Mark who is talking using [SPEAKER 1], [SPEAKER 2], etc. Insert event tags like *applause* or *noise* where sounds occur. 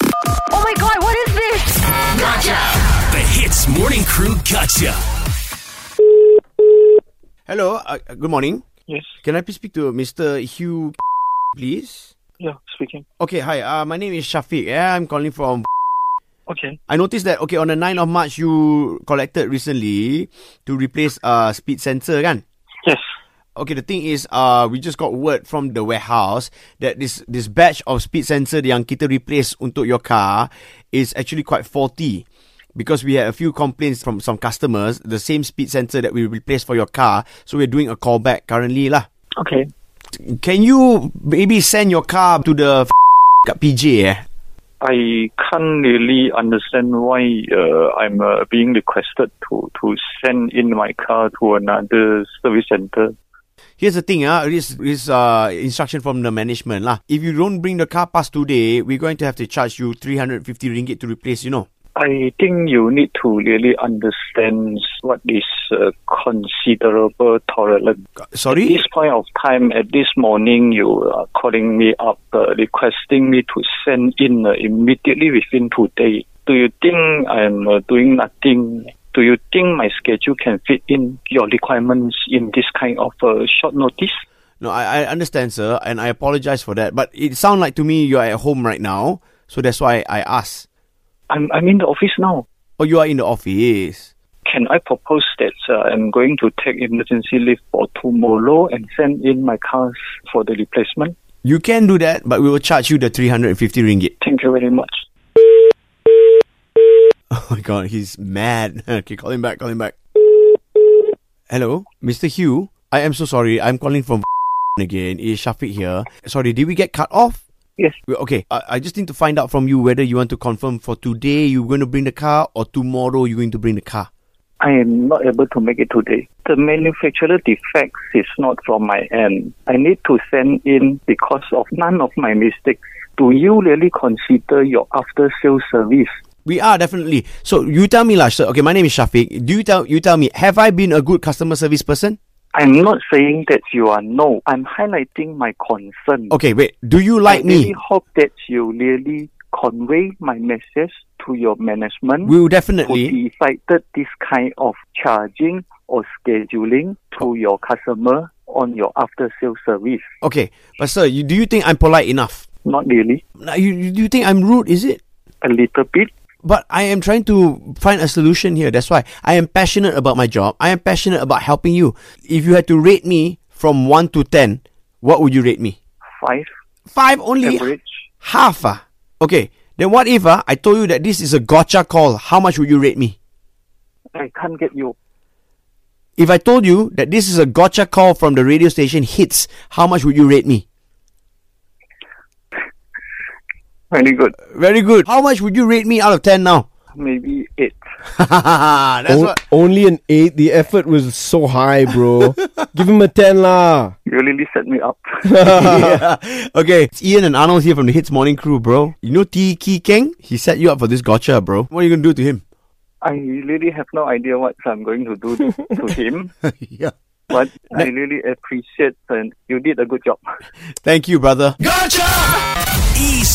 [SPEAKER 1] Oh my god, what is this?
[SPEAKER 2] The Hits Morning Crew Gotcha.
[SPEAKER 3] Hello, uh, uh, good morning.
[SPEAKER 4] Yes.
[SPEAKER 3] Can I please speak to Mr. Hugh, please?
[SPEAKER 4] Yeah. Speaking.
[SPEAKER 3] Okay, hi. Uh, my name is Shafiq. Yeah, I'm calling from.
[SPEAKER 4] Okay.
[SPEAKER 3] I noticed that okay on the 9th of March you collected recently to replace uh speed sensor, kan?
[SPEAKER 4] Yes.
[SPEAKER 3] Okay, the thing is, uh, we just got word from the warehouse that this this batch of speed sensor yang kita replace untuk your car is actually quite faulty. Because we had a few complaints from some customers, the same speed sensor that we replaced for your car, so we're doing a callback currently lah.
[SPEAKER 4] Okay.
[SPEAKER 3] Can you maybe send your car to the kat PJ eh?
[SPEAKER 4] I can't really understand why uh, I'm uh, being requested to, to send in my car to another service center.
[SPEAKER 3] Here's the thing, ah, this this uh instruction from the management lah. If you don't bring the car past today, we're going to have to charge you 350 ringgit to replace, you know.
[SPEAKER 4] I think you need to really understand what is uh, considerable tolerance. At
[SPEAKER 3] Sorry?
[SPEAKER 4] this point of time, at this morning, you are calling me up, uh, requesting me to send in uh, immediately within today. Do you think I'm uh, doing nothing? Do you think my schedule can fit in your requirements in this kind of uh, short notice?
[SPEAKER 3] No, I, I understand, sir, and I apologize for that. But it sounds like to me you're at home right now, so that's why I asked.
[SPEAKER 4] I'm, I'm in the office now.
[SPEAKER 3] Oh, you are in the office.
[SPEAKER 4] Can I propose that uh, I'm going to take emergency leave for tomorrow and send in my cars for the replacement?
[SPEAKER 3] You can do that, but we will charge you the 350 ringgit.
[SPEAKER 4] Thank you very much.
[SPEAKER 3] *laughs* Oh my god, he's mad. *laughs* okay, call him back, call him back. Hello, Mr. Hugh. I am so sorry. I'm calling from *laughs* again. Is Shafiq here? Sorry, did we get cut off?
[SPEAKER 4] Yes.
[SPEAKER 3] Well, Okay, I, I just need to find out from you whether you want to confirm for today you're going to bring the car or tomorrow you're going to bring the car.
[SPEAKER 4] I am not able to make it today. The manufacturer defects is not from my end. I need to send in because of none of my mistakes. Do you really consider your after sales service?
[SPEAKER 3] We are definitely. So you tell me, lah. So, okay, my name is Shafiq. Do you tell you tell me? Have I been a good customer service person?
[SPEAKER 4] I'm not saying that you are no. I'm highlighting my concern.
[SPEAKER 3] Okay, wait. Do you like
[SPEAKER 4] I really
[SPEAKER 3] me?
[SPEAKER 4] hope that you really convey my message to your management
[SPEAKER 3] We will
[SPEAKER 4] who
[SPEAKER 3] definitely.
[SPEAKER 4] decided this kind of charging or scheduling to your customer on your after sales service.
[SPEAKER 3] Okay, but sir, you, do you think I'm polite enough?
[SPEAKER 4] Not really.
[SPEAKER 3] Nah, You, you do you think I'm rude? Is it?
[SPEAKER 4] A little bit.
[SPEAKER 3] But I am trying to find a solution here. That's why I am passionate about my job. I am passionate about helping you. If you had to rate me from 1 to 10, what would you rate me?
[SPEAKER 4] five
[SPEAKER 3] 5 only?
[SPEAKER 4] average.
[SPEAKER 3] Half ah. Okay. Then what if ah, I told you that this is a gotcha call? How much would you rate me?
[SPEAKER 4] I can't get you.
[SPEAKER 3] If I told you that this is a gotcha call from the radio station Hits, how much would you rate me?
[SPEAKER 4] Very good.
[SPEAKER 3] Very good. How much would you rate me out of 10 now? *laughs*
[SPEAKER 4] Maybe eight.
[SPEAKER 3] That's
[SPEAKER 5] On-
[SPEAKER 3] what
[SPEAKER 5] only an eight. The effort was so high,
[SPEAKER 3] *laughs*
[SPEAKER 5] bro. Give him a ten lah.
[SPEAKER 4] You really set me up.
[SPEAKER 3] *laughs* Okay, it's Ian and Arnold here from the Hits Morning Crew, bro. You know T. Key Kang? He set you up for this gotcha, bro. What are you gonna do to him? *laughs*
[SPEAKER 4] I really have no idea what I'm going to do to, to him,
[SPEAKER 3] yeah.
[SPEAKER 4] but I really appreciate and you did a good job.
[SPEAKER 3] Thank you, brother.
[SPEAKER 2] Ease